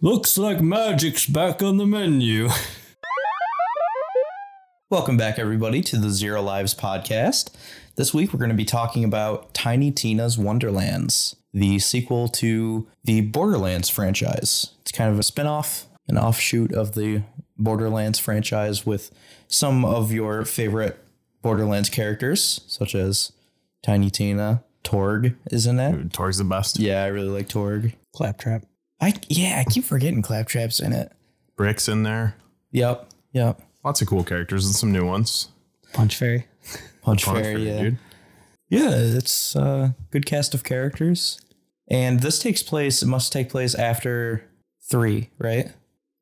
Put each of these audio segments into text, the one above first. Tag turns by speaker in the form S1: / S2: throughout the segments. S1: Looks like magic's back on the menu.
S2: Welcome back, everybody, to the Zero Lives podcast. This week, we're going to be talking about Tiny Tina's Wonderlands, the sequel to the Borderlands franchise. It's kind of a spin off, an offshoot of the Borderlands franchise with some of your favorite Borderlands characters, such as Tiny Tina. Torg is in that.
S3: Torg's the best.
S2: Yeah, I really like Torg.
S4: Claptrap.
S2: I yeah, I keep forgetting Claptrap's in it.
S3: Brick's in there.
S2: Yep, yep.
S3: Lots of cool characters and some new ones.
S4: Punch Fairy.
S2: Punch,
S3: Fun
S2: Fairy,
S3: for you,
S2: yeah.
S3: dude.
S2: Yeah, it's a good cast of characters. And this takes place, it must take place after three, right?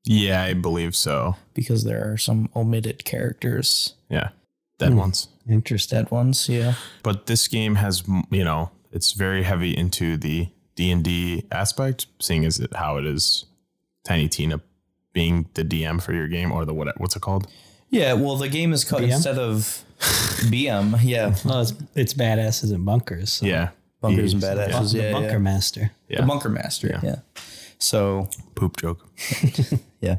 S3: Yeah, I believe so.
S2: Because there are some omitted characters,
S3: Yeah, dead
S4: Hmm.
S3: ones.
S4: Interesting.
S2: dead ones, yeah.
S3: But this game has, m- you know, it's very heavy into the D and D aspect, seeing as it, how it is Tiny Tina being the DM for your game or the what? What's it called?
S2: Yeah, well, the game is called
S4: BM?
S2: instead of BM, yeah.
S4: Well, it's, it's badasses and bunkers. So.
S3: Yeah,
S2: Bunkers and
S3: Yeah.
S2: Badasses,
S4: The
S2: yeah. yeah.
S4: bunker master.
S3: Yeah,
S2: The Bunker Master,
S3: Yeah.
S2: yeah. So
S3: poop joke.
S2: Yeah.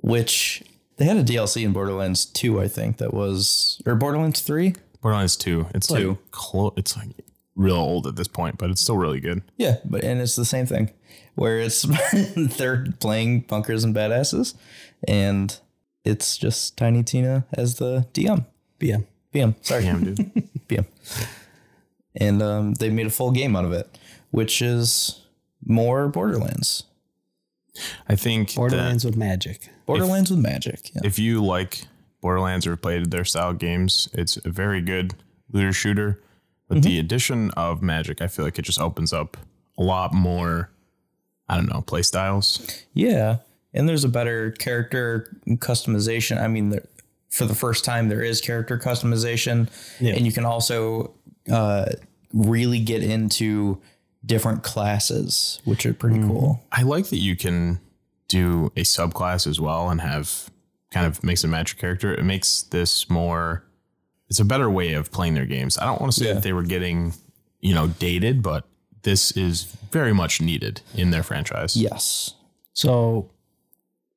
S2: Which they had a DLC in Borderlands 2, I think, that was or Borderlands 3?
S3: Borderlands two. It's
S2: Two.
S3: like clo- It's like real old at this point, but it's still really good.
S2: Yeah, but and it's the same thing where it's they're playing bunkers and badasses and it's just Tiny Tina as the DM.
S4: BM.
S2: BM, sorry.
S3: Damn, dude.
S2: PM. And um, they made a full game out of it, which is more Borderlands.
S3: I think that-
S4: Borderlands with magic.
S2: Borderlands with magic. Yeah.
S3: if you like Borderlands or played their style games, it's a very good looter shooter. But
S4: Mhm.
S3: the addition of magic, I feel like it just opens up a lot more. I don't know play styles.
S2: Yeah, and there's a better character customization. I mean, there, for the first time, there is character customization,
S4: Yeah.
S2: and you can also uh, really get into different classes, which are pretty cool.
S3: I like that you can do a subclass as well and have kind of makes a magic character. It makes this more. It's a better way of playing their games. I don't want to say that they were getting, you know, dated, but this is very much needed in their franchise.
S2: Yes.
S4: So,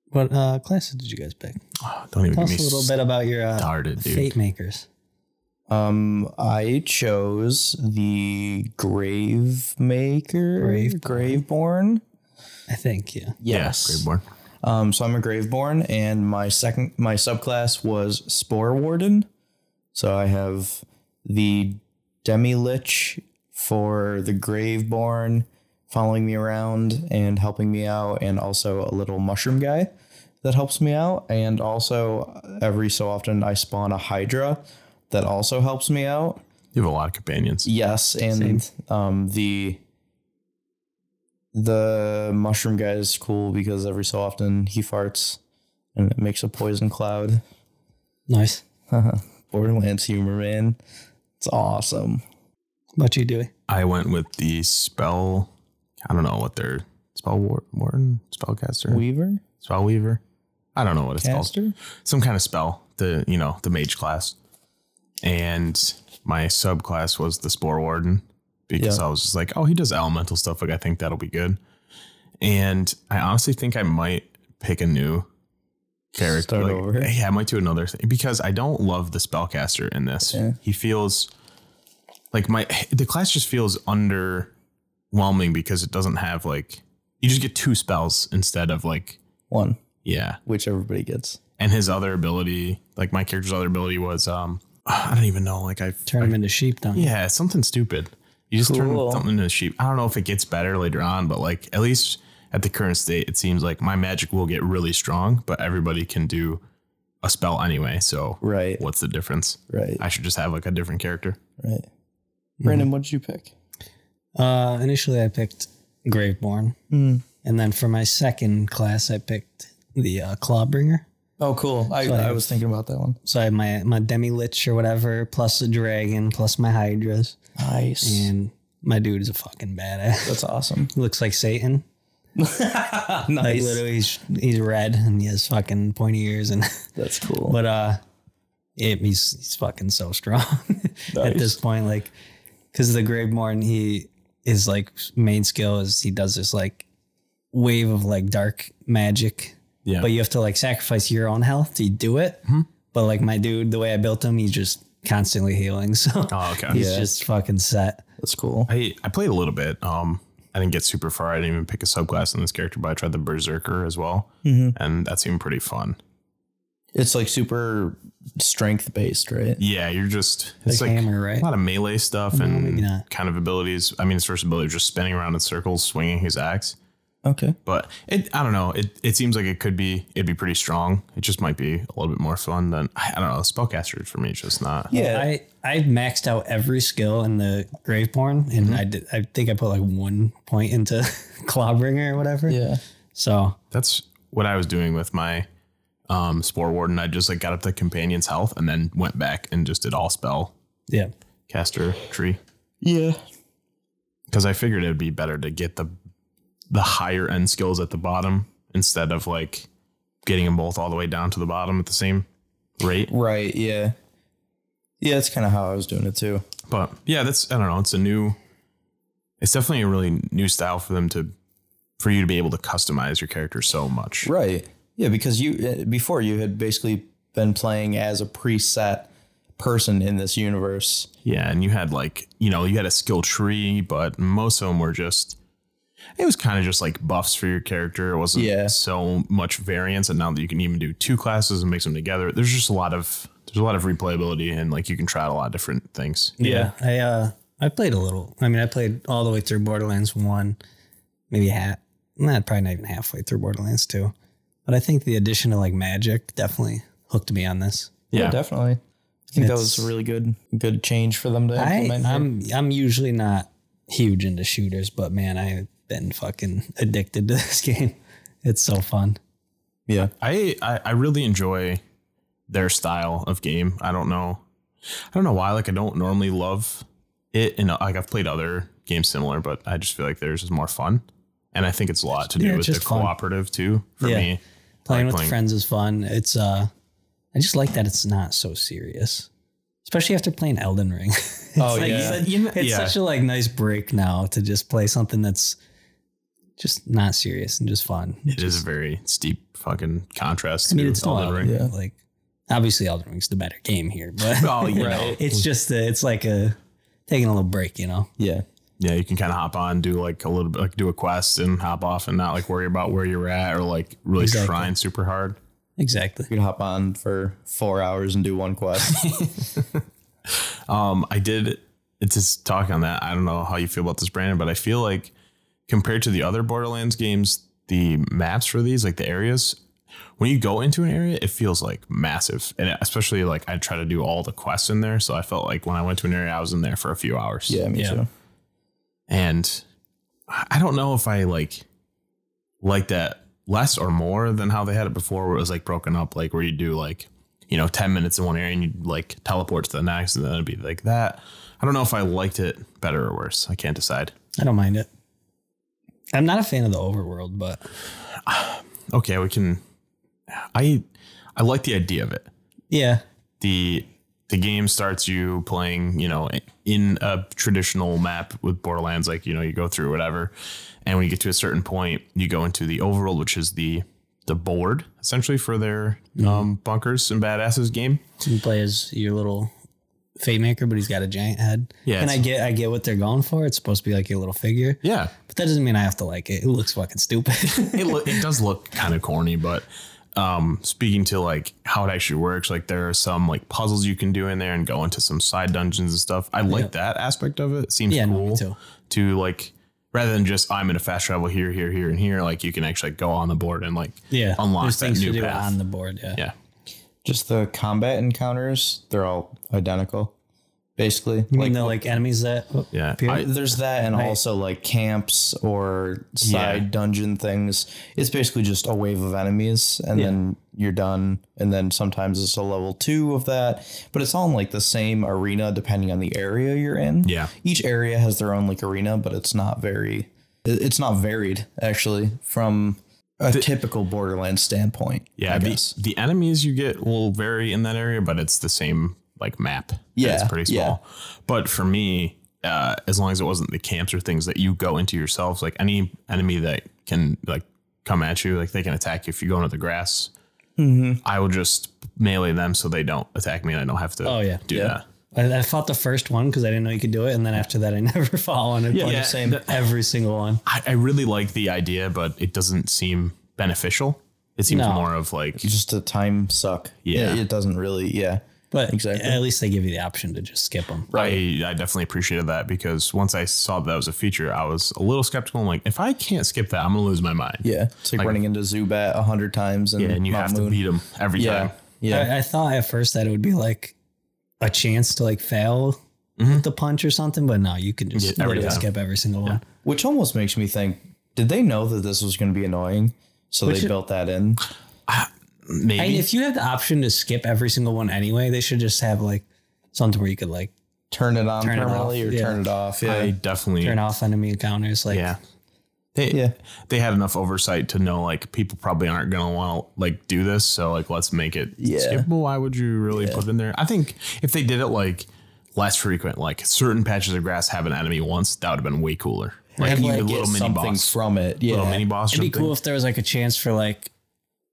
S4: what uh, classes did you guys pick?
S3: Don't even
S4: Tell
S3: get
S4: us
S3: me
S4: a little bit about your uh,
S3: started, dude.
S4: fate makers.
S2: Um, I chose the Grave Maker,
S4: Grave-
S2: Graveborn.
S4: I think. Yeah.
S3: Yeah,
S2: Yes.
S3: Graveborn.
S2: Um, so I'm a Graveborn, and my second my subclass was Spore Warden. So I have the Demi Lich for the Graveborn, following me around and helping me out, and also a little mushroom guy that helps me out, and also every so often I spawn a Hydra that also helps me out.
S3: You have a lot of companions.
S2: Yes, and um, the the mushroom guy is cool because every so often he farts and it makes a poison cloud.
S4: Nice.
S2: Borderlands humor, man. It's awesome.
S4: What you doing?
S3: I went with the spell. I don't know what they're spell war, warden, spellcaster,
S2: Weaver?
S3: spell weaver. I don't know what it's
S2: Caster?
S3: called. Some kind of spell. The you know the mage class, and my subclass was the spore warden because
S2: Yeah.
S3: I was just like, oh, he does elemental stuff. Like I think that'll be good. And I honestly think I might pick a new character.
S2: Start
S3: like-
S2: over.
S3: Yeah, I might do another thing because I don't love the spellcaster in this.
S2: Yeah.
S3: He feels like my the class just feels underwhelming because it doesn't have like you just get two spells instead of like
S2: One,
S3: yeah.
S2: which everybody gets.
S3: And his other ability, like my character's other ability was um I don't even know like I
S4: Turn them into sheep, don't you?
S3: yeah, something stupid. You just
S2: Cool.
S3: turn something into a sheep. I don't know if it gets better later on, but like at least at the current state, it seems like my magic will get really strong, but everybody can do a spell anyway. So
S2: Right.
S3: what's the difference?
S2: Right.
S3: I should just have like a different character.
S2: Right. Brandon, what did you pick?
S4: Uh, initially, I picked Graveborn,
S2: Mm.
S4: and then for my second class, I picked the uh, Clawbringer.
S2: Oh, cool. I, I was thinking about that one.
S4: So I had my my demi lich or whatever, plus the dragon, plus my hydras,
S2: Nice.
S4: and my dude is a fucking badass.
S2: That's awesome.
S4: Looks like Satan. Like
S2: nice.
S4: literally, he's, he's red and he has fucking pointy ears and.
S2: That's cool.
S4: But uh, it, he's he's fucking so strong at this point. Like, because the Grave Morton, he his like main skill is he does this like wave of like dark magic.
S3: Yeah. Mm-hmm.
S4: But you have to like sacrifice your own health to do it. But like my dude, the way I built him, he's just constantly healing. So
S3: Oh, okay.
S4: he's just fucking set.
S2: That's cool.
S3: I, I played a little bit. Um, I didn't get super far. I didn't even pick a subclass in this character, but I tried the Berserker as well,
S2: Mm-hmm.
S3: and that seemed pretty fun.
S2: It's like super strength based, right?
S3: Yeah, you're just it's
S4: Like
S3: like,
S4: hammer, right?
S3: a lot of melee stuff
S4: maybe
S3: and
S4: not.
S3: kind of abilities. I mean, his first ability was just spinning around in circles, swinging his axe.
S2: Okay.
S3: But it, I don't know. It, it seems like it could be it'd be pretty strong. It just might be a little bit more fun than I, I don't know. Spellcaster for me is just not.
S2: Yeah.
S4: I, I maxed out every skill in the Graveborn
S2: Mm-hmm.
S4: and I did, I think I put like one point into Clawbringer or whatever.
S2: Yeah.
S4: So
S3: That's what I was doing with my um, spore warden. I just like got up to companion's health and then went back and just did all spell
S4: yeah.
S3: caster tree
S2: Yeah.
S3: because I figured it'd be better to get the the higher end skills at the bottom instead of like getting them both all the way down to the bottom at the same rate.
S2: Right. Yeah. Yeah, that's kind of how I was doing it too.
S3: But yeah, that's I don't know. It's a new. It's definitely a really new style for them to, for you to be able to customize your character so much.
S2: Right. Yeah, because you uh, before you had basically been playing as a preset person in this universe.
S3: Yeah, and you had like you know you had a skill tree, but most of them were just. It was kind of just like buffs for your character. It wasn't
S2: Yeah.
S3: so much variance, and now that you can even do two classes and mix them together, there's just a lot of there's a lot of replayability, and like you can try out a lot of different things.
S4: Yeah. I uh I played a little. I mean, I played all the way through Borderlands one, maybe half not probably not even halfway through Borderlands two. But I think the addition of like magic definitely hooked me on this.
S3: Yeah.
S2: definitely. I think that
S4: It's-
S2: was a really good good change for them to
S4: I,
S2: implement. here.
S4: I'm I'm usually not huge into shooters, but man, I've been fucking addicted to this game. It's so fun.
S2: yeah.
S3: I, I I really enjoy their style of game. I don't know, I don't know why. Like I don't normally love it, and uh, like I've played other games similar, but I just feel like theirs is more fun, and I think it's a lot to do
S4: Yeah,
S3: with
S4: it's
S3: the
S4: just fun.
S3: cooperative too. For
S4: Yeah.
S3: me,
S4: Playing
S3: Like
S4: with
S3: playing-
S4: friends is fun. It's uh I just like that it's not so serious. Especially after playing Elden Ring.
S2: Oh
S4: like,
S2: yeah.
S4: you said, it's
S3: yeah.
S4: such a like nice break now to just play something that's just not serious and just fun.
S3: it is a very steep fucking contrast
S4: I mean,
S3: to
S4: it's still
S3: Elden Ring.
S2: Yeah.
S4: Like, obviously, Elden Ring's the better game here, but
S3: Oh, you know.
S4: it's just a, it's like a taking a little break, you know.
S2: Yeah.
S3: Yeah, you can kind of hop on, do like a little bit, like do a quest and hop off, and not like worry about where you're at or like really
S4: Exactly.
S3: trying super hard.
S4: Exactly.
S2: You can hop on for 4 hours and do one quest.
S3: Um, I did just talk on that. I don't know how you feel about this, Brandon, but I feel like compared to the other Borderlands games, the maps for these, like the areas, when you go into an area, it feels like massive, and especially like I try to do all the quests in there, so I felt like when I went to an area, I was in there for a few hours.
S2: yeah, me
S4: Yeah.
S2: too.
S3: and I I don't know if I like like that less or more than how they had it before, where it was like broken up, like where you do like you know ten minutes in one area and you like teleport to the next, and then it'd be like that. I don't know if I liked it better or worse. I can't decide.
S4: I don't mind it. I'm not a fan of the overworld, but
S3: Okay, we can. I I like the idea of it.
S4: yeah,
S3: the the game starts you playing, you know, in a traditional map with Borderlands, like you know, you go through whatever, and when you get to a certain point, you go into the overworld, which is the the board essentially for their um, bunkers and badasses game.
S4: you play as your little fate maker, but he's got a giant head.
S3: Yeah,
S4: and I
S3: it's-
S4: get I get what they're going for. It's supposed to be like your little figure,
S3: Yeah,
S4: but that doesn't mean I have to like it. It looks fucking stupid.
S3: it lo- it does look kind of corny, but um, speaking to like how it actually works, like there are some like puzzles you can do in there and go into some side dungeons and stuff. I like that aspect of it. It seems
S4: Yeah, no, me
S3: cool
S4: too.
S3: to like rather than just I'm in a fast travel here, here, here, and here. Like you can actually go on the board and like
S4: yeah,
S3: unlock
S4: there's
S3: that
S4: things to
S3: new
S4: do
S3: path.
S4: on the board. Yeah,
S3: yeah,
S2: Just the combat encounters, they're all identical. Basically,
S4: You mean the like enemies that
S3: yeah.
S4: appear?
S3: I-
S2: There's that, and also like camps or side
S3: Yeah.
S2: dungeon things. It's basically just a wave of enemies, and then you're done. And then sometimes it's a level two of that, but it's all in like the same arena depending on the area you're in.
S3: Yeah.
S2: each area has their own like arena, but it's not very, it- it's not varied actually from a typical Borderlands standpoint.
S3: yeah,
S2: I
S3: the,
S2: guess.
S3: the enemies you get will vary in that area, but it's the same like map.
S2: Yeah,
S3: it's pretty
S2: yeah.
S3: small. But for me, uh, as long as it wasn't the camps or things that you go into yourself. Like any enemy that can like come at you, like they can attack you if you go into the grass.
S2: Mm-hmm.
S3: I will just melee them so they don't attack me and I don't have to.
S4: Oh, yeah.
S3: do
S2: Yeah.
S3: that.
S4: I, I fought the first one because I didn't know you could do it, and then after that, I never fought one. Yeah,
S3: yeah,
S4: same
S3: the-
S4: every single one.
S3: I, I really like the idea, but it doesn't seem beneficial. It seems
S4: No.
S3: more of like
S2: Just a time suck.
S3: Yeah.
S2: It, it doesn't really. Yeah.
S4: But
S2: Exactly.
S4: at least they give you the option to just skip them.
S3: I, I definitely appreciated that because once I saw that was a feature, I was a little skeptical. I'm like, if I can't skip that, I'm gonna lose my mind.
S2: Yeah. It's like,
S3: Like-
S2: running into Zubat a hundred times and,
S3: Yeah, and you
S2: Mount
S3: have to
S2: Moon.
S3: beat them every
S2: Yeah.
S3: time.
S2: Yeah.
S4: I, I thought at first that it would be like a chance to like fail with the punch or something, but no, you can just
S3: Mm-hmm. Yeah, every
S4: literally
S3: time.
S4: skip every single one.
S2: Which almost makes me think, did they know that this was going to be annoying? So
S4: Which-
S2: they built that in.
S4: I mean,
S3: Maybe
S4: if you have the option to skip every single one anyway, they should just have like something where you could like
S2: Turn it on
S4: Turn it
S2: permanently
S4: off,
S2: or
S4: yeah.
S2: turn it off. Yeah.
S3: I definitely
S4: turn off enemy encounters. Like,
S3: yeah. They,
S2: Yeah.
S3: they had enough oversight to know like people probably aren't gonna want to like do this, so like let's make it
S2: Yeah.
S3: skippable. Why would you really put it in there? I think if they did it like less frequent, like certain patches of grass have an enemy once, that would have been way cooler. Like,
S2: And,
S3: you
S2: like,
S3: could
S2: get
S3: little mini
S2: something
S3: boss,
S2: from it. Yeah.
S3: little mini boss. or
S4: it'd be
S3: something.
S4: cool if there was like a chance for like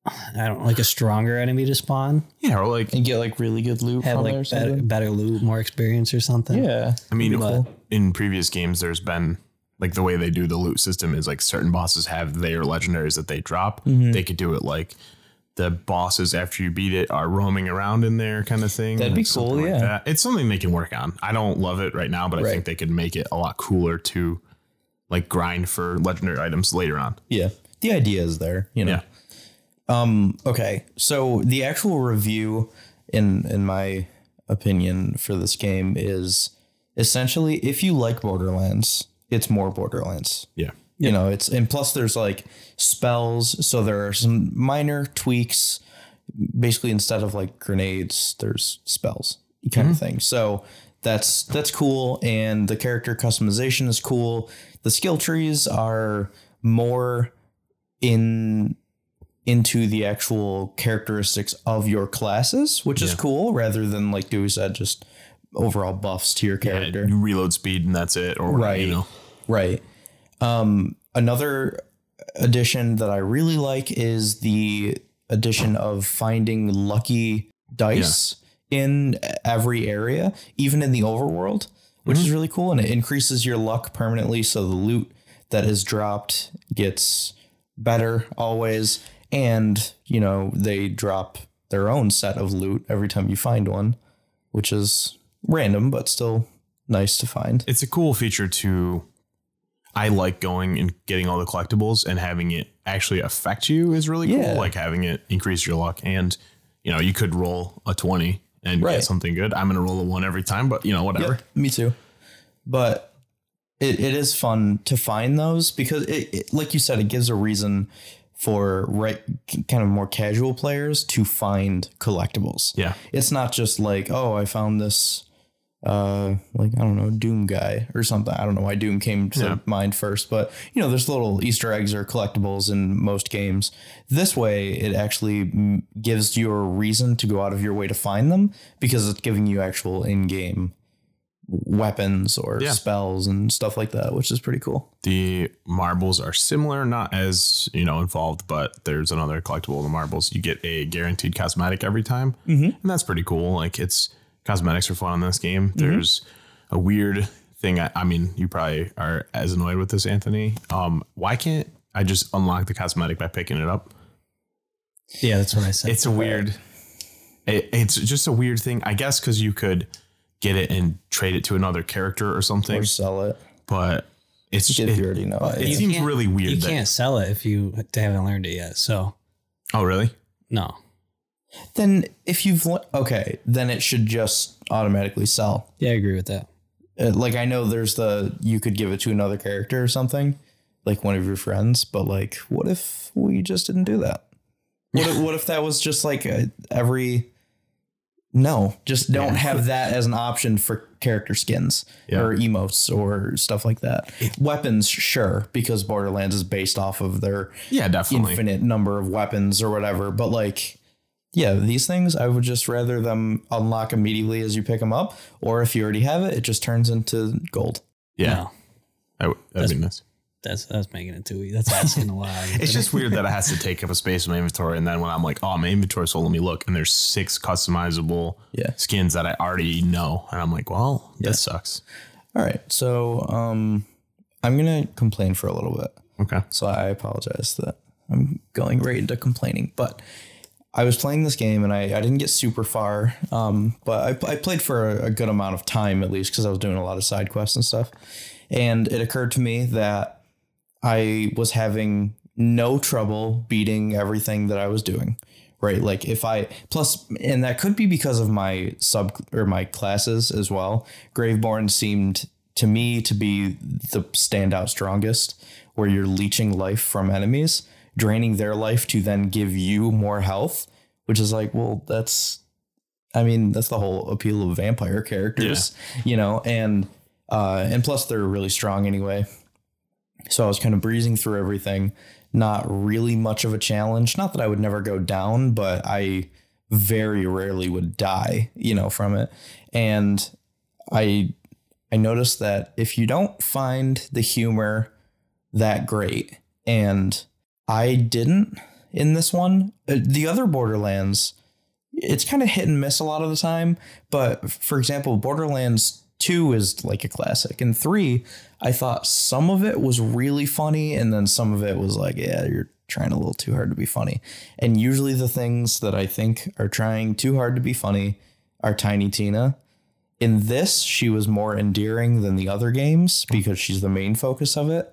S4: I don't know, like a stronger enemy to spawn,
S3: Yeah, or like
S2: and get like really good loot
S4: have
S2: from it or
S4: like better,
S2: something.
S4: better loot, more experience or something.
S2: Yeah.
S3: I mean,
S4: But-
S3: in previous games, there's been like the way they do the loot system is like certain bosses have their legendaries that they drop.
S2: Mm-hmm.
S3: They could do it like the bosses after you beat it are roaming around in there, kind of thing.
S2: That'd be
S3: Like, something
S2: cool,
S3: like
S2: yeah.
S3: that. It's something they can work on. I don't love it right now, but I
S2: Right.
S3: think they could make it a lot cooler to like grind for legendary items later on.
S2: Yeah. The idea is there, you know. Um,
S3: Yeah.
S2: Okay. So the actual review in in my opinion for this game is essentially if you like Borderlands, it's more Borderlands.
S3: Yeah.
S2: You know, it's and plus there's like spells, so there are some minor tweaks. Basically, instead of like grenades, there's spells kind of thing. So that's that's cool, and the character customization is cool. The skill trees are more in into the actual characteristics of your classes, which is cool, rather than like Dewey said, just overall buffs to your
S3: And
S2: character.
S3: you reload speed and that's it. Or, right.
S2: Right.
S3: you know,
S2: Right. Um, another addition that I really like is the addition of finding lucky dice in every area, even in the overworld, which is really cool. And it increases your luck permanently. So the loot that is dropped gets better always. And, you know, they drop their own set of loot every time you find one, which is random, but still nice to find.
S3: it's a cool feature to I like going and getting all the collectibles and having it actually affect you is really
S2: Yeah.
S3: cool. Like having it increase your luck and you know, you could roll a 20 and
S2: Right.
S3: get something good. I'm going to roll a 1 every time, but you know, whatever.
S2: Yep, me too. But it, it is fun to find those because it, it like you said, it gives a reason for right kind of more casual players to find collectibles.
S3: Yeah.
S2: It's not just like, oh, I found this uh like I don't know, Doom guy or something. I don't know why Doom came to
S3: Yeah.
S2: mind first, but you know, there's little Easter eggs or collectibles in most games. This way it actually mm, gives you a reason to go out of your way to find them because it's giving you actual in-game weapons or
S3: Yeah.
S2: spells and stuff like that, which is pretty cool.
S3: The marbles are similar, not as, you know, involved, but there's another collectible of the marbles. You get a guaranteed cosmetic every time. Mm-hmm. And that's pretty cool. Like it's cosmetics are fun in this game.
S2: Mm-hmm.
S3: There's a weird thing. I, I mean, you probably are as annoyed with this, Anthony. Um, why can't I just unlock the cosmetic by picking it up?
S4: yeah, that's what I said.
S3: It's a weird. It, it's just a weird thing, I guess, because you could get it and trade it to another character or something,
S2: Or sell it
S3: but it's
S2: if you already know it.
S3: it
S4: You
S3: seems
S4: can't-
S3: really weird.
S4: you
S3: that-
S4: can't sell it if you haven't learned it yet. So
S3: Oh, really?
S4: no,
S2: Then if you've le- okay, then it should just automatically sell.
S4: yeah, I agree with that.
S2: Uh, like I know there's the you could give it to another character or something, like one of your friends, but like what if we just didn't do that? What if, what if that was just like a, every no, just don't have that as an option for character skins
S3: Yeah.
S2: or emotes or stuff like that. Weapons, sure, because Borderlands is based off of their
S3: Yeah, definitely.
S2: infinite number of weapons or whatever, but like yeah, these things I would just rather them unlock immediately as you pick them up, or if you already have it, it just turns into gold.
S3: Yeah,
S4: No,
S3: I w- that'd be nice.
S4: that's that's making it too easy. That's asking a lot.
S3: It's just weird that it has to take up a space in my inventory, and then when I'm like, "Oh, my inventory's full," let me look, and there's six customizable
S2: Yeah.
S3: skins that I already know, and I'm like, "Well, this sucks."
S2: All right, so um, I'm gonna complain for a little bit.
S3: Okay,
S2: So I apologize that I'm going right into complaining. But I was playing this game and I, I didn't get super far, um, but I, pl- I played for a, a good amount of time at least because I was doing a lot of side quests and stuff. And it occurred to me that I was having no trouble beating everything that I was doing. Right. Like if I plus and that could be because of my sub or my classes as well. Graveborn seemed to me to be the standout strongest, where you're leeching life from enemies, draining their life to then give you more health, which is like, well, that's I mean, that's the whole appeal of vampire characters, you know, and uh and plus they're really strong anyway. So I was kind of breezing through everything, not really much of a challenge. Not that I would never go down, but I very rarely would die, you know, from it. And I I noticed that if you don't find the humor that great, and I didn't in this one, Uh, the other Borderlands, it's kind of hit and miss a lot of the time. But for example, Borderlands 2 is like a classic, and 3, I thought some of it was really funny, and then some of it was like, yeah, you're trying a little too hard to be funny. And usually the things that I think are trying too hard to be funny are Tiny Tina in this she was more endearing than the other games because she's the main focus of it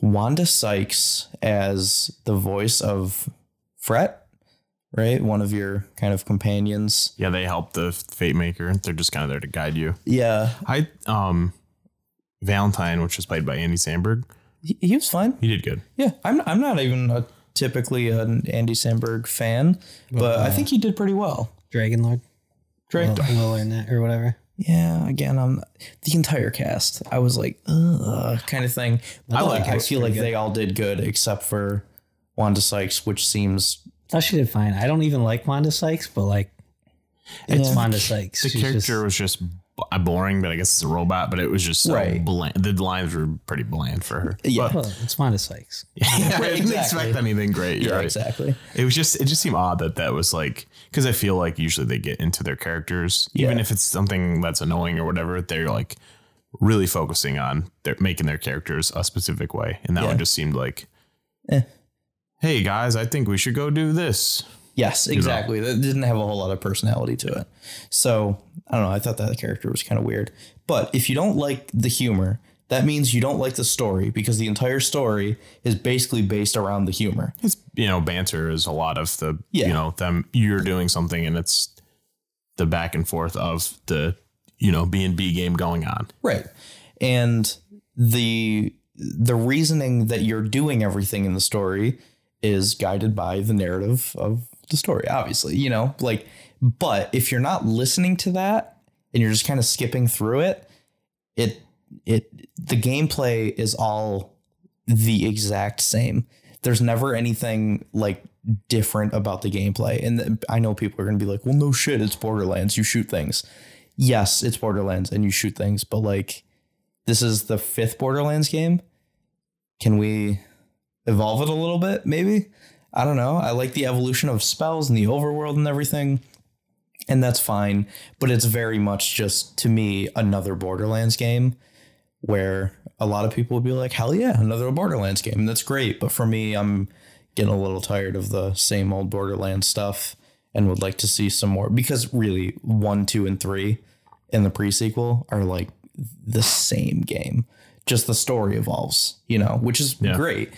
S2: wanda sykes as the voice of fret right one of your kind of companions
S3: yeah, they help the Fate Maker. They're just kind of there to guide you.
S2: yeah
S3: I um, Valentine, which was played by Andy Samberg,
S2: he, he was fine
S3: he did good.
S2: yeah i'm, I'm not even a, typically an andy samberg fan but i think he did pretty well
S4: Dragon Lord,
S2: Drake,
S4: Will or Net or whatever.
S2: yeah again i'm the entire cast i was like Ugh, kind of thing i
S4: thought
S2: like
S4: the
S2: i
S4: cast
S2: feel
S4: was
S2: like
S4: pretty
S2: they all did good except for wanda sykes which seems
S4: Thought she did fine. I don't even like Wanda Sykes, but like it's Wanda Sykes.
S3: The
S4: She's
S3: character
S4: just-
S3: was just b- uh, boring, but I guess it's a robot. But it was just so
S2: Right.
S3: bland. The lines were pretty bland for her.
S2: Yeah.
S3: But-
S4: well, it's Wanda Sykes.
S3: I didn't
S2: exactly.
S3: expect anything great. You're
S2: yeah
S3: right.
S2: exactly
S3: It was just it just seemed odd that that was like because I feel like usually they get into their characters even
S2: Yeah.
S3: if it's something that's annoying or whatever they're like really focusing on they're making their characters a specific way and that
S2: Yeah.
S3: one just seemed like
S2: Eh.
S3: hey guys I think we should go do this
S2: yes exactly that didn't have a whole lot of personality to it so i don't know i thought that character was kind of weird but if you don't like the humor that means you don't like the story because the entire story is basically based around the humor
S3: it's you know banter is a lot of the
S2: Yeah.
S3: you know them you're doing something and it's the back and forth of the you know B and B game going on
S2: Right. And the the reasoning that you're doing everything in the story is guided by the narrative of the story, obviously, you know, like but if you're not listening to that and you're just kind of skipping through it, it it the gameplay is all the exact same. There's never anything like different about the gameplay. And th- I know people are going to be like, "Well, no shit, it's Borderlands. You shoot things." Yes, it's Borderlands and you shoot things, but like this is the fifth Borderlands game. Can we evolve it a little bit maybe? I don't know. I like the evolution of spells and the overworld and everything. And that's fine, but it's very much just to me another Borderlands game where a lot of people would be like, hell yeah, another Borderlands game. That's great. But for me, I'm getting a little tired of the same old Borderlands stuff and would like to see some more because really, one, two, and three in the pre sequel are like the same game. Just the story evolves, you know, which is
S3: Yeah.
S2: great.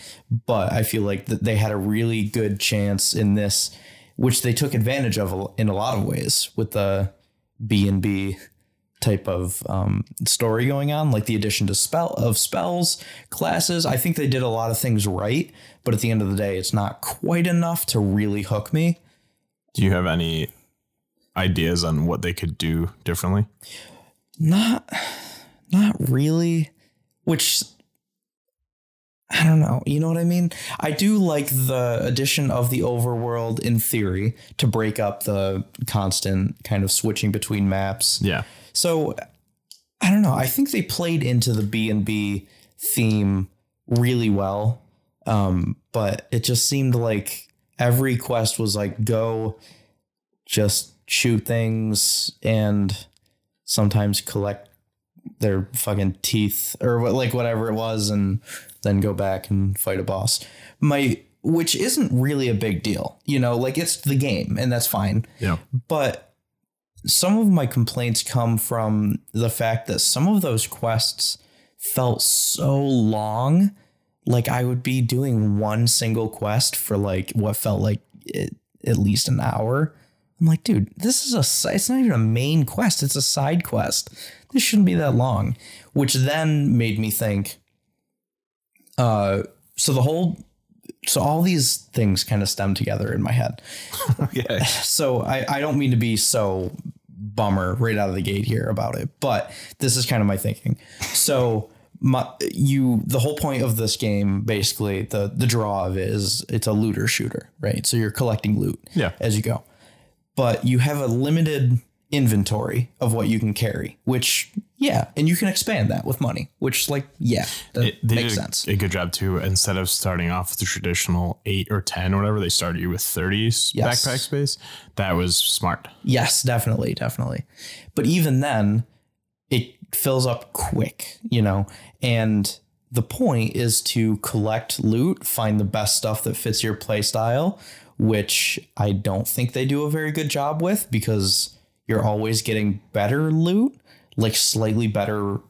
S2: But I feel like that they had a really good chance in this, which they took advantage of a- in a lot of ways with the B and B type of um, story going on, like the addition to spell of spells classes. I think they did a lot of things right, but at the end of the day, it's not quite enough to really hook me.
S3: do you have any ideas on what they could do differently
S2: Not, not really. Which I don't know. You know what I mean? I do like the addition of the overworld in theory to break up the constant kind of switching between maps.
S3: Yeah.
S2: So I don't know. I think they played into the B and B theme really well, um, but it just seemed like every quest was like go, just shoot things, and sometimes collect their fucking teeth or what, like whatever it was, and then go back and fight a boss. My which isn't really a big deal, you know, like it's the game and that's fine
S3: Yeah.
S2: but some of my complaints come from the fact that some of those quests felt so long like i would be doing one single quest for like what felt like it, at least an hour i'm like dude this is a si- it's not even a main quest it's a side quest this shouldn't be that long which then made me think uh so the whole so all these things kind of stem together in my head
S3: Okay.
S2: so I, I don't mean to be so bummer right out of the gate here about it, but this is kind of my thinking. So my you the whole point of this game basically the the draw of it is it's a looter shooter, right? So you're collecting loot
S3: Yeah.
S2: as you go. But you have a limited inventory of what you can carry, which yeah, and you can expand that with money, which like yeah, that
S3: It- they
S2: makes
S3: did a-
S2: sense.
S3: A good job too. Instead of starting off with the traditional eight or ten or whatever, they started you with thirty s-
S2: Yes.
S3: backpack space. That was smart.
S2: Yes, definitely, definitely. But even then, it fills up quick, you know. And the point is to collect loot, find the best stuff that fits your playstyle, which I don't think they do a very good job with because you're always getting better loot, like slightly better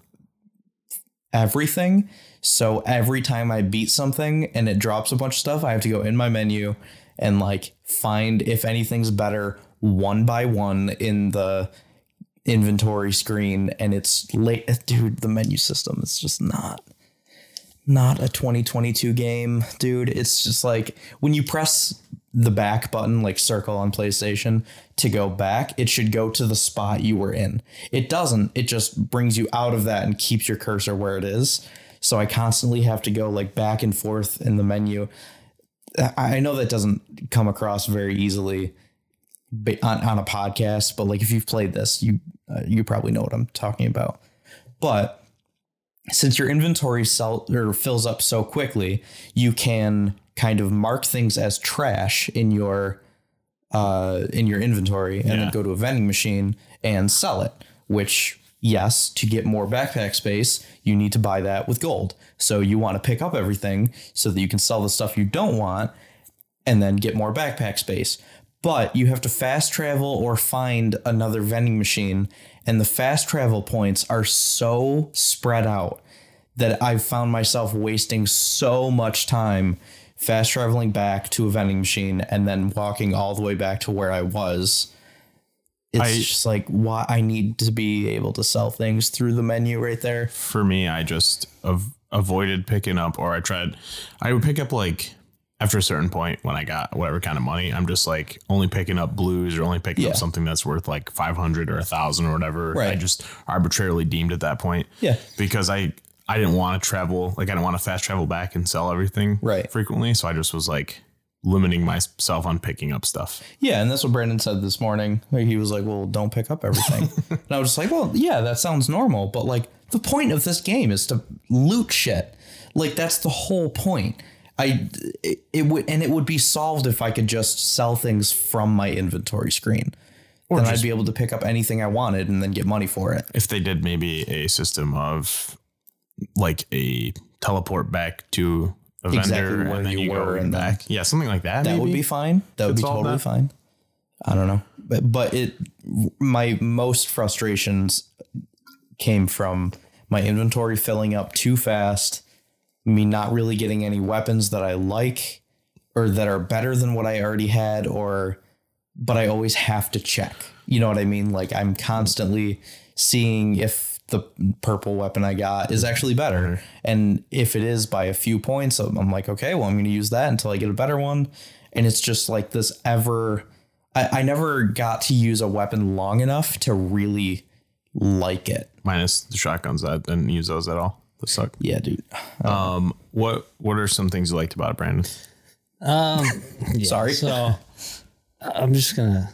S2: everything. So every time I beat something and it drops a bunch of stuff, I have to go in my menu and like find if anything's better one by one in the inventory screen and it's late dude the menu system is just not not a 2022 game dude it's just like when you press the back button like circle on PlayStation to go back it should go to the spot you were in it doesn't it just brings you out of that and keeps your cursor where it is so i constantly have to go like back and forth in the menu I I know that doesn't come across very easily ba- on, on a podcast, but like if you've played this, you uh, you probably know what I'm talking about. But since your inventory sell, or fills up so quickly, you can kind of mark things as trash in your uh, in your inventory and then
S3: Yeah.
S2: go to a vending machine and sell it. Which yes, to get more backpack space, you need to buy that with gold. So you want to pick up everything so that you can sell the stuff you don't want and then get more backpack space. But you have to fast travel or find another vending machine, and the fast travel points are so spread out that I've found myself wasting so much time fast traveling back to a vending machine and then walking all the way back to where I was. It's
S3: I-
S2: just like why I need to be able to sell things through the menu right there.
S3: for me, I just av- avoided picking up, or I tried. I would pick up like after a certain point when I got whatever kind of money. I'm just like only picking up blues or only picking
S2: Yeah.
S3: up something that's worth like five hundred or a thousand or whatever. I
S2: Right.
S3: just arbitrarily deemed at that point.
S2: Yeah.
S3: because I I didn't want to travel. Like I didn't want to fast travel back and sell everything
S2: Right.
S3: frequently. So I just was like limiting myself on picking up stuff.
S2: Yeah, and that's what Brandon said this morning. Like, he was like, "Well, don't pick up everything," and I was just like, "Well, yeah, that sounds normal, but like the point of this game is to loot shit. Like that's the whole point. I it, it would and it would be solved if I could just sell things from my inventory screen. then I'd be able to pick up anything I wanted and then get money for it.
S3: if they did maybe a system of like a teleport back to a
S2: Exactly
S3: vendor
S2: where
S3: and then
S2: you
S3: you,
S2: were
S3: go
S2: and then-
S3: back. Yeah, something like that.
S2: That would
S3: maybe.
S2: be fine. That would
S3: Could
S2: be
S3: solve
S2: totally
S3: that.
S2: fine. I don't know, but but it my most frustrations came from my inventory filling up too fast, me not really getting any weapons that I like or that are better than what I already had, or but I always have to check. You know what I mean? Like I'm constantly seeing if the purple weapon I got is actually better. And if it is by a few points, I'm I'm like, okay, well, I'm going to use that until I get a better one. And it's just like this ever. I, I never got to use a weapon long enough to really like it.
S3: Minus the shotguns, I didn't use those at all. Those suck.
S2: Yeah, dude.
S3: Um, what what are some things you liked about it, Brandon?
S4: Um, yeah,
S2: Sorry.
S4: So I'm just gonna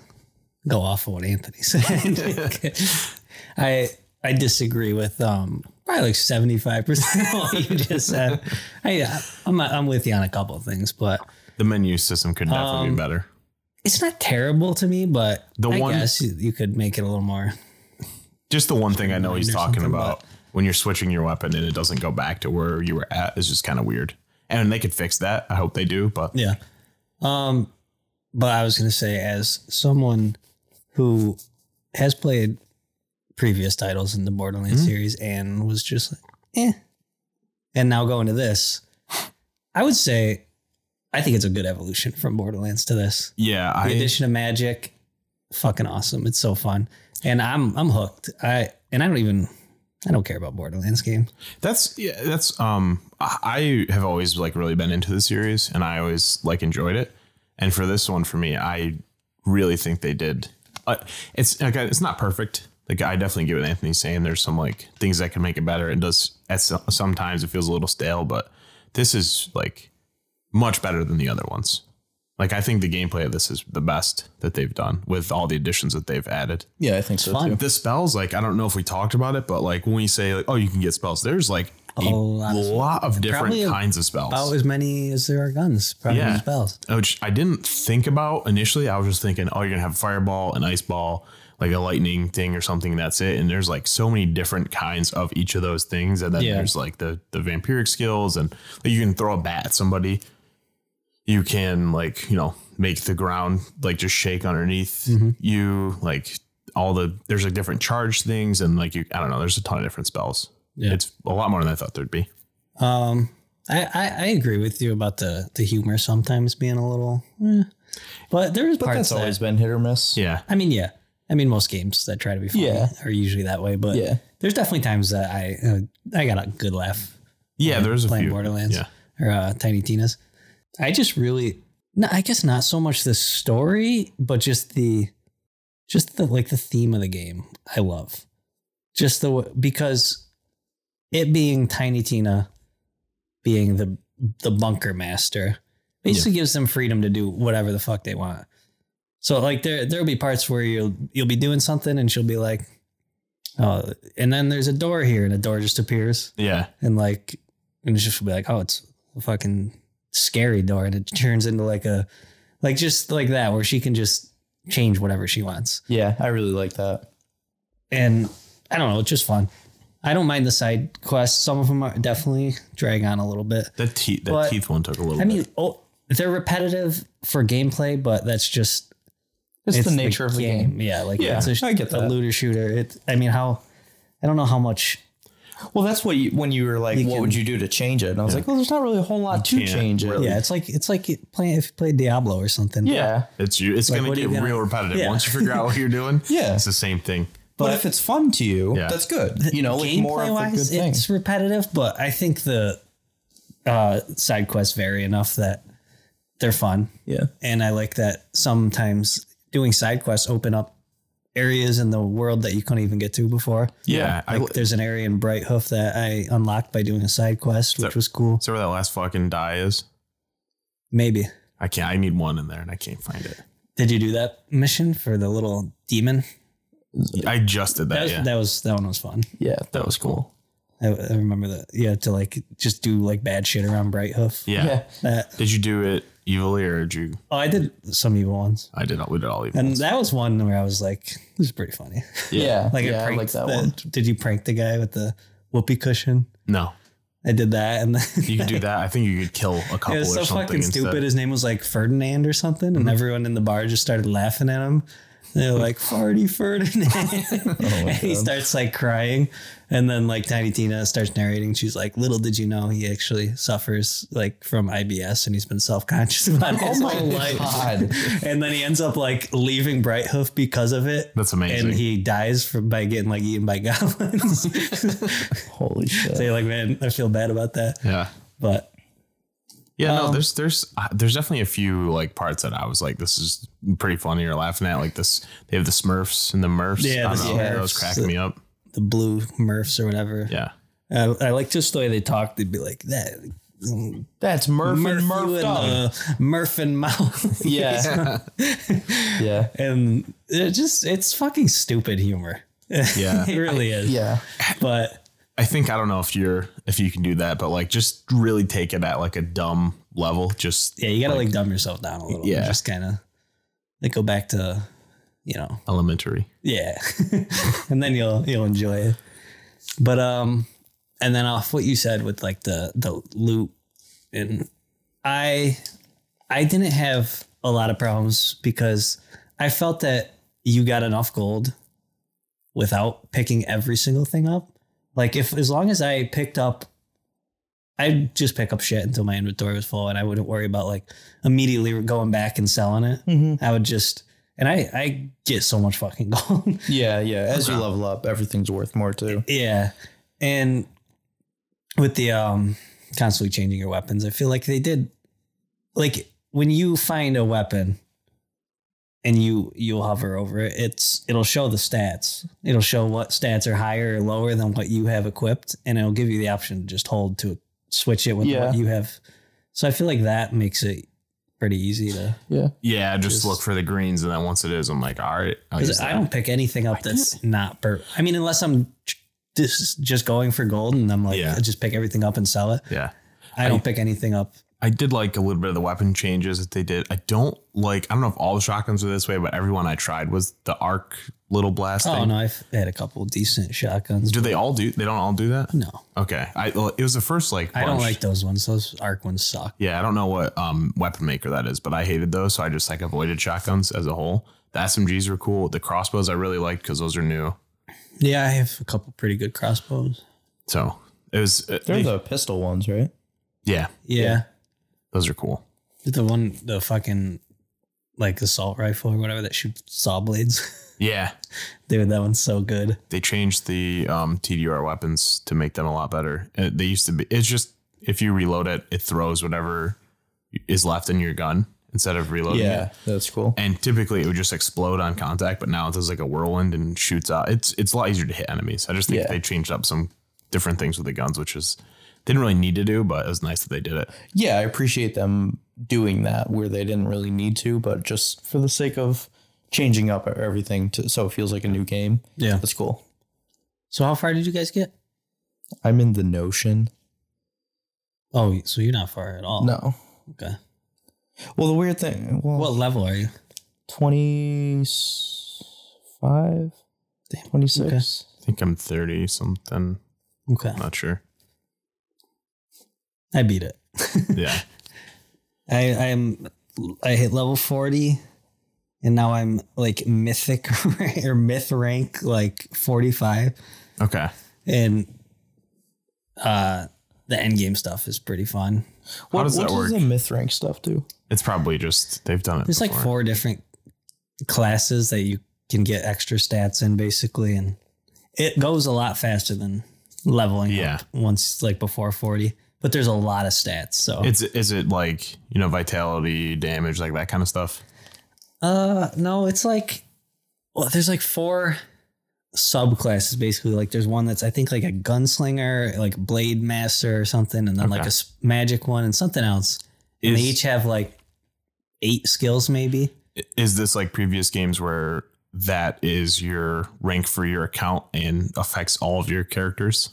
S4: go off of what Anthony said. I I disagree with um probably like 75 percent of what you just said. I I'm I'm with you on a couple of things, but
S3: The menu system could definitely
S4: Um,
S3: be better.
S4: it's not terrible to me. But
S3: The
S4: I
S3: one-
S4: guess you, you could make it a little more.
S3: Just the one thing I know he's
S4: or
S3: talking
S4: something,
S3: about when you're switching your weapon and it doesn't go back to where you were at is just kind of weird. And they could fix that. I hope they do, but
S4: Yeah. Um, but I was gonna say, as someone who has played previous titles in the Borderlands series and was just like, eh, and now going to this, I would say, I think it's a good evolution from Borderlands to this.
S3: yeah,
S4: The
S3: I
S4: addition of magic, fucking awesome. It's so fun, and I'm I'm hooked. I and I don't even. I don't care about Borderlands game.
S3: that's yeah, that's um I I have always like really been into the series and I always like enjoyed it. And for this one for me, I really think they did. Uh, it's like it's not perfect. Like I definitely get what Anthony's saying. There's some like things that can make it better. It does at some, sometimes it feels a little stale, but this is like much better than the other ones. Like I think the gameplay of this is the best that they've done with all the additions that they've added
S2: Yeah, I think so
S4: fun.
S2: too.
S3: the spells like i don't know if we talked about it but like when we say like oh you can get spells there's like a,
S4: whole
S3: lot,
S4: lot of-
S3: of different
S4: Probably
S3: kinds of spells
S4: About Oh, as many as there are guns, probably
S3: Yeah.
S4: spells.
S3: which i didn't think about initially i was just thinking oh you're gonna have a fireball an ice ball like a lightning thing or something and that's it and there's like so many different kinds of each of those things and then
S4: Yeah.
S3: there's like the the vampiric skills and like, you can throw a bat at somebody you can like you know make the ground like just shake underneath
S4: Mm-hmm.
S3: you like all the there's like different charge things and like you i don't know there's a ton of different spells
S4: Yeah.
S3: it's a lot more than i thought there'd be
S4: Um, I, I, I agree with you about the the humor sometimes being a little, eh. but there is
S2: But
S4: parts
S2: that's
S4: that,
S2: always been hit or miss.
S3: yeah
S4: I mean, yeah, I mean most games that try to be funny
S2: Yeah.
S4: are usually that way, but
S2: Yeah.
S4: there's definitely times that I uh, I got a good laugh
S3: yeah there's a
S4: playing
S3: few
S4: Borderlands
S3: yeah
S4: or uh, Tiny Tina's. I just really, no, I guess not so much the story, but just the, just the like the theme of the game. I love, just the w- because it being Tiny Tina, being the the bunker master, basically gives them freedom to do whatever the fuck they want. So like there there'll be parts where you'll you'll be doing something and she'll be like, oh, and then there's a door here and a door just appears
S3: yeah
S4: and like and it's just be like oh it's a fucking scary door and it turns into like a like just like that where she can just change whatever she wants
S2: Yeah, I really like that.
S4: and i don't know it's just fun i don't mind the side quests some of them are definitely drag on a little bit
S3: that teeth that
S4: But-
S3: teeth one took a little
S4: i mean
S3: bit
S4: oh they're repetitive for gameplay but that's just
S2: It's, the nature of the game.
S4: yeah like
S2: Yeah,
S4: it's a,
S2: I get
S4: a
S2: that.
S4: looter shooter it i mean how i don't know how much
S2: Well, that's what you, when you were like, what
S4: can-
S2: would you do to change it? And I was like, well, there's not really a whole lot to
S3: can't
S2: change it.
S3: really.
S4: yeah it's like it's like it playing if you played diablo or something
S2: Yeah.
S3: it's you it's gonna
S4: what are
S3: get
S4: you gonna-
S3: real repetitive
S4: Yeah.
S3: once you figure out what you're doing
S2: Yeah.
S3: it's the same thing
S2: But, if it's fun to you,
S3: Yeah.
S2: that's good. You know, like
S4: gameplay
S2: more of a good
S4: wise,
S2: thing.
S4: it's repetitive, but I think the uh, side quests vary enough that they're fun,
S2: Yeah.
S4: and I like that sometimes doing side quests open up areas in the world that you couldn't even get to before.
S3: yeah, I,
S4: Like there's an area in Bright Hoof that I unlocked by doing a side quest, which
S3: So-
S4: was cool.
S3: is that where that last fucking die is
S4: Maybe
S3: i can't i need one in there and i can't find it
S4: did you do that mission for the little demon?
S3: i just did that,
S4: That was,
S3: yeah
S4: that was that one was fun.
S2: Yeah, that, was cool.
S4: I, I remember that. You had to like just do like bad shit around Bright Hoof.
S3: yeah.
S2: Yeah.
S4: That-
S3: did you do it evilly or did you
S4: oh, I did some evil ones.
S3: i did all we did all evil
S4: And that was one where I was like, this is pretty funny.
S2: Yeah.
S4: Like,
S2: yeah, I
S4: pranked
S2: like that
S4: the-
S2: one.
S4: Did you prank the guy with the whoopee cushion?
S3: no
S4: I did that. And then
S3: You could do that. I think you could kill a couple
S4: it
S3: or
S4: was so
S3: something.
S4: fucking
S3: instead. Mm-hmm.
S4: stupid. His name was like Ferdinand or something. And everyone in the bar just started laughing at him. And They were like, Farty Ferdinand.
S3: Oh
S4: and he starts like crying. And then like Tiny Tina starts narrating. She's like, little did you know he actually suffers like from IBS and he's been self-conscious about
S3: Oh
S4: it his whole life.
S2: God.
S4: and then he ends up like leaving Bright Hoof because of it.
S3: That's amazing.
S4: And he dies from by getting like eaten by goblins.
S2: Holy shit.
S4: so you're like, man, I feel bad about that.
S3: Yeah.
S4: But
S3: Yeah,
S4: Um,
S3: no, there's there's uh, there's definitely a few like parts that I was like, this is pretty funny or laughing at. Like this, they have the Smurfs and the Murfs.
S4: Yeah,
S3: I
S4: the
S3: don't know,
S4: Smurfs.
S3: those cracking me up.
S4: the blue Murphs or whatever.
S3: Yeah,
S4: I, I like just the way they talk. They'd be like that. mm,
S2: That's Murph,
S4: Murph,
S2: and
S4: you
S2: Murph
S4: and,
S2: Dog.
S4: uh, Murph and Mouth.
S2: yeah. yeah.
S4: and it just it's fucking stupid humor.
S3: Yeah.
S4: it really is.
S2: Yeah.
S4: but
S3: I think I don't know if you're if you can do that, but like just really take it at like a dumb level. Just
S4: yeah, you gotta like, dumb yourself down a little.
S3: Yeah.
S4: just kind of like go back to you know
S3: elementary.
S4: yeah, and then you'll you'll enjoy it. But um, and then off what you said with like the the loot and I I didn't have a lot of problems because I felt that you got enough gold without picking every single thing up. Like if as long as I picked up I'd just pick up shit until my inventory was full and I wouldn't worry about like immediately going back and selling it.
S2: Mm-hmm.
S4: I would just and I I get so much fucking gold.
S2: Yeah. Yeah. As you level up, everything's worth more too.
S4: yeah. And with the um constantly changing your weapons, I feel like they did like when you find a weapon and you you'll hover over it, it's it'll show the stats. It'll show what stats are higher or lower than what you have equipped, and it'll give you the option to just hold to switch it with
S2: Yeah.
S4: what you have. So I feel like that makes it pretty easy to
S2: Yeah.
S3: Yeah, just, look for the greens, and then once it is, I'm like, all right, I'll use
S4: Because I
S3: that.
S4: don't pick anything up that's not per. I mean, unless I'm just just going for gold and I'm like,
S3: Yeah.
S4: I just pick everything up and sell it.
S3: yeah.
S4: I don't pick anything up.
S3: I did like a little bit of the weapon changes that they did. I don't like. I don't know if all the shotguns are this way, but everyone I tried was the arc little blast
S4: Oh
S3: thing.
S4: no, I've had a couple decent shotguns.
S3: Do they all do? They don't all do that.
S4: No,
S3: Okay. I well, it was the first like.
S4: I don't
S3: bunch.
S4: like those ones. Those arc ones suck.
S3: Yeah, I don't know what um weapon maker that is, but I hated those, so I just like avoided shotguns as a whole. The SMGs were cool. The crossbows I really liked because those are new.
S4: Yeah, I have a couple pretty good crossbows.
S3: So it was uh,
S2: They're the pistol ones, right?
S3: yeah,
S4: Yeah,
S3: those are cool.
S4: the one, the fucking like assault rifle or whatever that shoots saw blades.
S3: Yeah,
S4: Dude, that one's so good.
S3: they changed the um, TDR weapons to make them a lot better. Uh, they used to be. It's just if you reload it, it throws whatever is left in your gun instead
S2: Oh,
S3: of reloading it.
S2: That's cool.
S3: And typically it would just explode on contact, but now it does like a whirlwind and shoots out. It's it's a lot easier to hit enemies. I just think
S2: Yeah.
S3: they changed up some different things with the guns, which is they didn't really need to do, but it was nice that they did it.
S2: yeah, I appreciate them doing that where they didn't really need to, but just for the sake of changing up everything to so it feels like a new game.
S4: Yeah.
S2: That's cool.
S4: So how far did you guys get?
S2: I'm in the notion.
S4: Oh, so you're not far at all.
S2: No.
S4: Okay.
S2: Well, the weird thing, well,
S4: What level are you?
S2: 25, 26.
S3: I think I'm thirty something.
S4: Okay.
S3: Not sure.
S4: I beat it.
S3: Yeah.
S4: I I'm I hit level forty, and now I'm like mythic or myth rank like forty five,
S3: Okay.
S4: and uh the end game stuff is pretty fun.
S3: How does that work?
S2: the myth rank stuff do?
S3: It's probably just they've done it.
S4: There's like
S3: before.
S4: four different classes that you can get extra stats in basically, and it goes a lot faster than leveling.
S3: Yeah.
S4: up once like before forty, but there's a lot of stats. So
S3: It's is it like you know vitality damage like that kind of stuff?
S4: Uh, no, it's like, well, there's like four subclasses basically. Like, there's one that's I think like a gunslinger, like blade master or something, and then like a
S3: Okay.
S4: s- magic one and something else. And they
S3: Is-
S4: each have like eight skills, maybe.
S3: Is this like previous games where that is your rank for your account and affects all of your characters?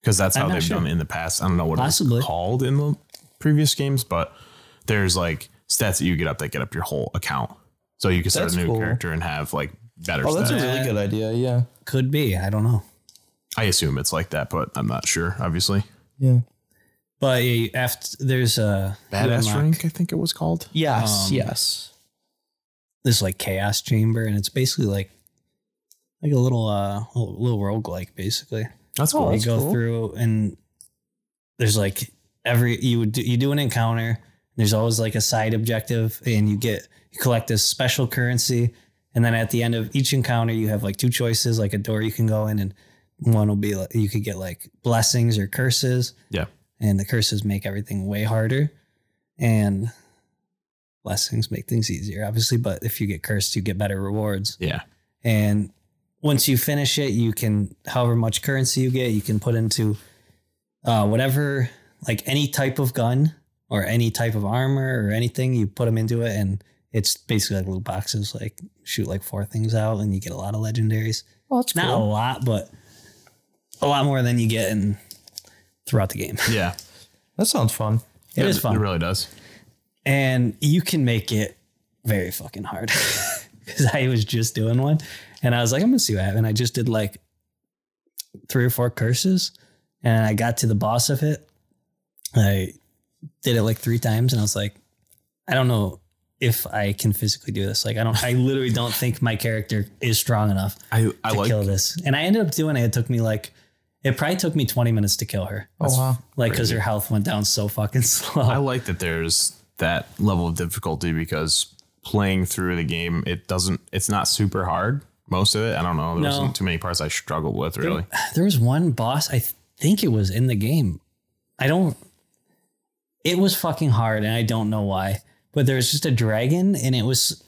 S3: Because that's
S4: I'm
S3: how
S4: not
S3: they've
S4: sure.
S3: done it in the past. I don't know what
S4: Possibly.
S3: it's called in the previous games, but there's like stats that you get up that get up your whole account. So you can start
S2: That's
S3: a new
S2: cool.
S3: character and have like better
S2: Oh, that's
S3: stats.
S2: a really good idea. Yeah.
S4: Could be. I don't know.
S3: I assume it's like that, but I'm not sure. Obviously,
S2: Yeah.
S4: But yeah, you- after there's a you
S3: badass
S4: unlock
S3: rank. I think it was called.
S2: Yes.
S4: Um,
S2: yes.
S4: This like chaos chamber, and it's basically like like a little uh little roguelike basically.
S3: That's cool.
S2: Oh,
S4: you
S2: that's
S4: go
S2: cool.
S4: through and there's like every you would do, you do an encounter there's always like a side objective and you get you collect this special currency and then at the end of each encounter you have like two choices like a door you can go in and one will be like you could get like blessings or curses
S3: Yeah.
S4: and the curses make everything way harder and blessings make things easier obviously but if you get cursed you get better rewards
S3: Yeah.
S4: and once you finish it, you can however much currency you get, you can put into uh, whatever like any type of gun or any type of armor or anything. You put them into it, and it's basically like loot boxes. Like shoot like four things out, and you get a lot of legendaries.
S2: Well, Oh, that's
S4: Not a lot, but a lot more than you get in throughout the game.
S3: Yeah.
S2: That sounds fun.
S4: It is
S3: It
S4: fun,
S3: really does.
S4: and you can make it very fucking hard. Because I was just doing one, and I was like, I'm gonna see what happens. I just did like three or four curses, and I got to the boss of it. I did it like three times, and I was like, I don't know if I can physically do this. Like, I don't. I literally don't think my character is strong enough
S3: I, I
S4: to
S3: like
S4: kill this. And I ended up doing it. It took me like, it probably took me 20 minutes to kill her.
S2: Oh wow.
S4: Like, because her health went down so fucking slow.
S3: I like that there's that level of difficulty because playing through the game, it doesn't it's not super hard. Most of it, I don't know. There
S4: No.
S3: wasn't too many parts I struggled with really.
S4: there was one boss i th- think it was in the game i don't it was fucking hard and i don't know why but there was just a dragon and it was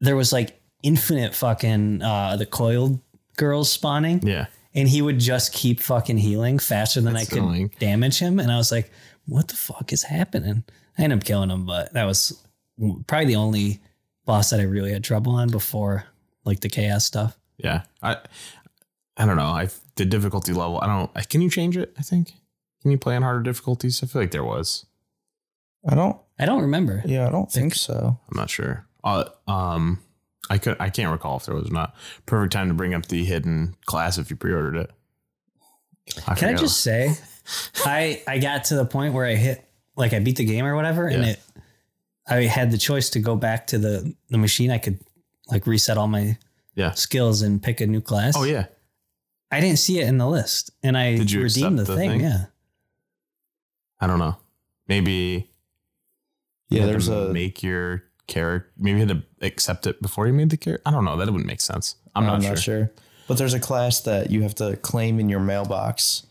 S4: there was like infinite fucking uh the coiled girls spawning
S3: Yeah.
S4: and he would just keep fucking healing faster than
S3: That's
S4: i could
S3: annoying.
S4: damage him and i was like what the fuck is happening i ended up killing him but that was probably the only boss that i really had trouble on before like the chaos stuff
S3: Yeah. I I don't know. I the difficulty level, I don't I, can you change it, I think? Can you play on harder difficulties? I feel like there was.
S2: I don't.
S4: i don't remember
S2: Yeah, I don't think so.
S3: I'm not sure. Uh, um I could I can't recall if there was or not. Perfect time to bring up the hidden class if you pre-ordered it. I
S4: Can I
S3: forgot.
S4: just say, I I got to the point where I hit like I beat the game or whatever, and
S3: Yeah.
S4: it I had the choice to go back to the the machine. I could like reset all my
S3: Yeah.
S4: skills and pick a new class.
S3: Oh yeah.
S4: I didn't see it in the list, and I
S3: Did you accept
S4: redeemed the,
S3: the
S4: thing.
S3: thing?
S4: Yeah,
S3: I don't know. Maybe you
S2: Yeah,
S3: had
S2: there's
S3: to
S2: a.
S3: make your character. Maybe you had to accept it before you made the character. I don't know. That wouldn't make sense. I'm, not, sure.
S2: But there's a class that you have to claim in your mailbox.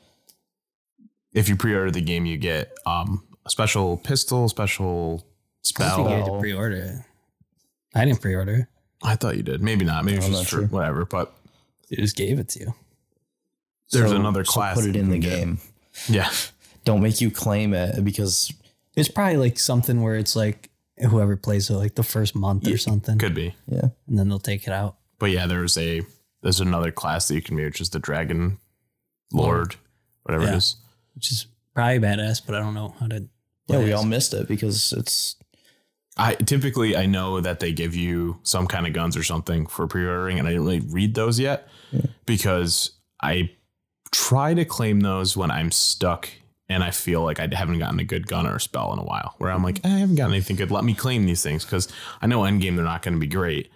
S3: If you pre-order the game, you get um, a special pistol, special
S4: I think you
S3: spell.
S4: had to pre-order it. I didn't pre-order. it.
S3: I thought you did. Maybe not. Maybe it's
S2: I'm
S3: just
S2: not sure.
S3: for whatever. But
S4: They just gave it to you.
S3: There's another class
S2: put it
S3: that
S2: in the
S3: you can get.
S2: game.
S3: yeah,
S2: Don't make you claim it because
S4: It's probably like something where it's like whoever plays it like the first month or something,
S3: could be.
S2: yeah.
S4: and then they'll take it out.
S3: But yeah, there's a there's another class that you can be, which is the dragon lord, whatever
S4: Yeah.
S3: it is.
S4: which is probably badass, but I don't know how to.
S2: Yeah, we
S4: Yes.
S2: all missed it because it's
S3: I typically I know that they give you some kind of guns or something for pre-ordering, and I didn't really read those yet because I try to claim those when I'm stuck and I feel like I haven't gotten a good gun or spell in a while. Where I'm like, "Eh, I haven't gotten anything good. Let me claim these things because I know endgame they're not going to be great.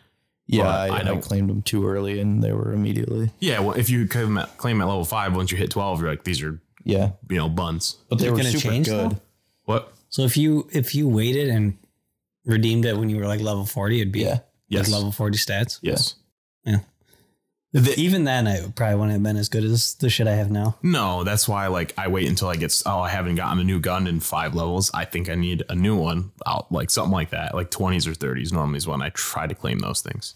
S2: yeah.
S3: Well, I
S2: I, I,
S3: don't-
S2: claimed them too early and they were immediately
S3: Yeah, well, if you claim at, claim at level five, once you hit twelve, you're like, these are
S2: yeah.
S3: you know buns.
S2: But
S4: Is
S2: they
S4: it
S2: were
S4: gonna
S2: super
S4: change,
S2: good.
S4: though?
S3: What?
S4: So if you if you waited and redeemed it when you were like level forty, it'd be
S2: Yeah,
S3: Yes.
S4: like level forty stats.
S3: Yes.
S4: Even then, I probably wouldn't have been as good as the shit I have now.
S3: No, that's why like I wait until I get s- oh I haven't gotten a new gun in five levels. I think I need a new one out like something like that. Like twenties or thirties normally is when I try to claim those things.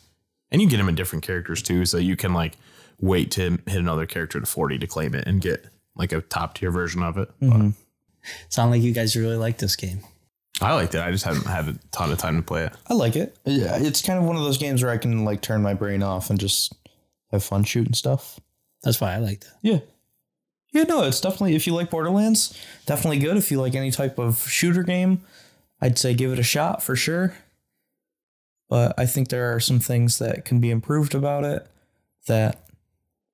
S3: And you get them in different characters too, so you can like wait to hit another character to forty to claim it and get like a top tier version of it.
S2: Mhm.
S4: Sound like you guys really like this game.
S3: I like that. I just haven't had a ton of time to play it.
S2: I like it. Yeah, it's kind of one of those games where I can like turn my brain off and just have fun shooting stuff.
S4: That's why I like that.
S2: Yeah. Yeah, no, it's definitely if you like Borderlands, definitely good. If you like any type of shooter game, I'd say give it a shot for sure. But I think there are some things that can be improved about it that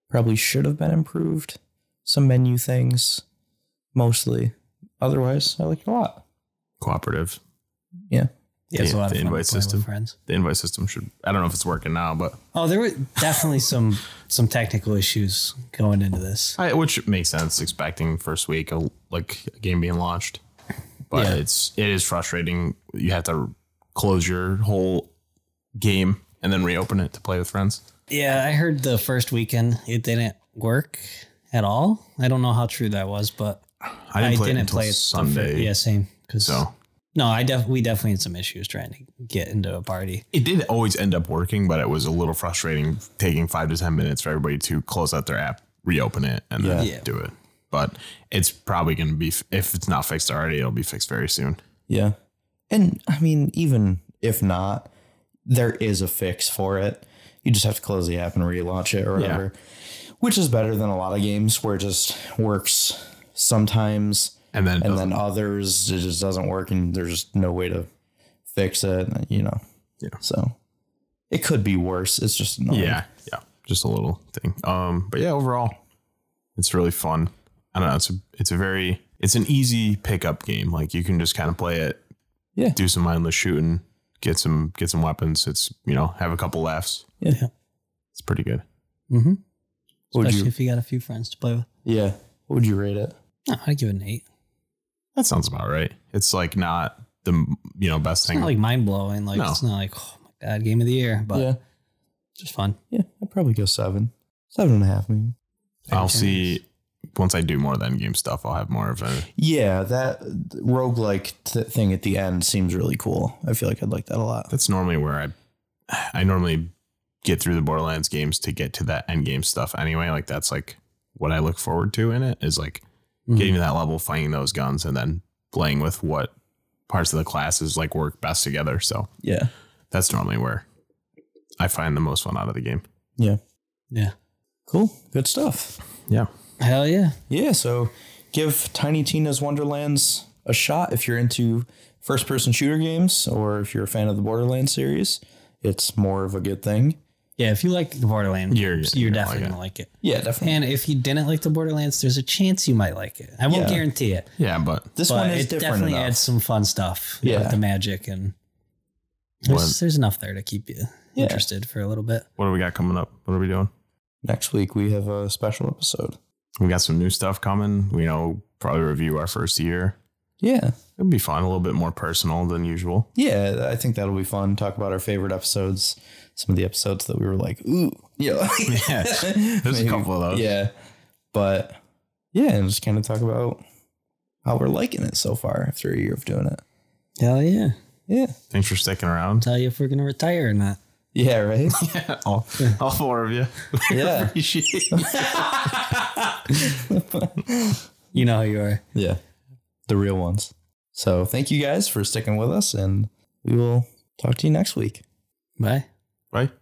S2: probably should have been improved. Some menu things, mostly. Otherwise, I like it a lot.
S3: Cooperative.
S2: Yeah.
S4: Yeah, it's a
S3: Yeah,
S4: lot of
S3: the
S4: fun to
S3: invite
S4: play with
S3: system.
S4: friends.
S3: The invite system should I don't know if it's working now, but
S4: Oh, there were definitely some some technical issues going into this.
S3: I, which makes sense expecting first week a, like a game being launched but
S4: Yeah.
S3: it's it is frustrating you have to close your whole game and then reopen it to play with friends
S4: Yeah, I heard the first weekend it didn't work at all. I don't know how true that was, but
S3: i didn't play it until
S4: the fir-
S3: sunday
S4: yeah, same. Because
S3: so
S4: No, I def- we definitely had some issues trying to get into a party.
S3: It did always end up working, but it was a little frustrating taking five to 10 minutes for everybody to close out their app, reopen it, and then
S4: Yeah. Yeah.
S3: do it. But it's probably going to be, if it's not fixed already, it'll be fixed very soon.
S2: Yeah. And I mean, even if not, there is a fix for it. You just have to close the app and relaunch it or whatever, which is better than a lot of games where it just works sometimes
S3: And then,
S2: and then others it just doesn't work and there's no way to fix it, you know.
S3: Yeah.
S2: So it could be worse. It's just annoying.
S3: yeah, yeah, Um, just a little thing. Um, but yeah, overall, it's really fun. I don't know. It's a, it's a very, it's an easy pickup game. Like you can just kind of play it,
S2: Yeah.
S3: do some mindless shooting, get some, get some weapons. It's you know, have a couple laughs.
S2: Yeah.
S3: It's pretty good.
S4: Mm-hmm.
S2: Would
S4: Especially
S2: you-
S4: if you got a few friends to play with.
S2: Yeah. What would you rate it?
S4: No, I'd give it an eight.
S3: That sounds about right. It's like not the you know best
S4: It's
S3: thing.
S4: not like mind blowing. Like
S3: No.
S4: it's not like oh my god, game of the year, but
S2: yeah.
S4: just fun.
S2: Yeah. I'd probably go seven. Seven and a half maybe.
S3: I'll see once I do more of the end game stuff. I'll have more of a
S2: Yeah, that roguelike th- thing at the end seems really cool. I feel like I'd like that a lot.
S3: that's normally where I I normally get through the Borderlands games to get to that end game stuff anyway. Like that's like what I look forward to in it is like
S4: Mhm.
S3: getting to that level, finding those guns, and then playing with what parts of the classes like work best together. So
S2: Yeah.
S3: that's normally where I find the most fun out of the game.
S4: Yeah.
S2: Cool. Good stuff.
S3: Yeah.
S4: Hell yeah.
S2: Yeah, so give Tiny Tina's Wonderlands a shot if you're into first person shooter games or if you're a fan of the Borderlands series. It's more of a good thing.
S4: Yeah, if you like the Borderlands,
S3: You're-
S4: you're,
S3: you're gonna
S4: definitely
S3: like it.
S4: gonna like it.
S2: Yeah, definitely.
S4: And if you didn't like the Borderlands, there's a chance you might like it. I won't
S2: Yeah.
S4: guarantee it.
S3: Yeah, but
S2: This
S4: but
S2: one is
S4: it
S2: different
S4: definitely
S2: enough.
S4: adds some fun stuff.
S2: Yeah.
S4: With the magic and there's,
S3: What?
S4: there's enough there to keep you
S2: Yeah.
S4: interested for a little bit.
S3: what do we got coming up? What are we doing?
S2: Next week we have a special episode.
S3: We got some new stuff coming. We know probably review our first year.
S2: Yeah.
S3: It'll be fun, a little bit more personal than usual.
S2: Yeah, I think that'll be fun. Talk about our favorite episodes, some of the episodes that we were like, ooh, yeah.
S3: Yeah, there's a
S2: Maybe.
S3: couple of those.
S2: Yeah. But yeah, and just kind of talk about how we're liking it so far after a year of doing it.
S4: Hell yeah.
S2: Yeah.
S3: Thanks for sticking around.
S4: Tell you if we're gonna retire or not.
S2: Yeah, right? Oh.
S3: all, all four of you.
S2: yeah.
S3: Appreciate
S4: You know who you are.
S2: Yeah. The real ones. So thank you guys for sticking with us and we will talk to you next week.
S4: Bye.
S3: Right?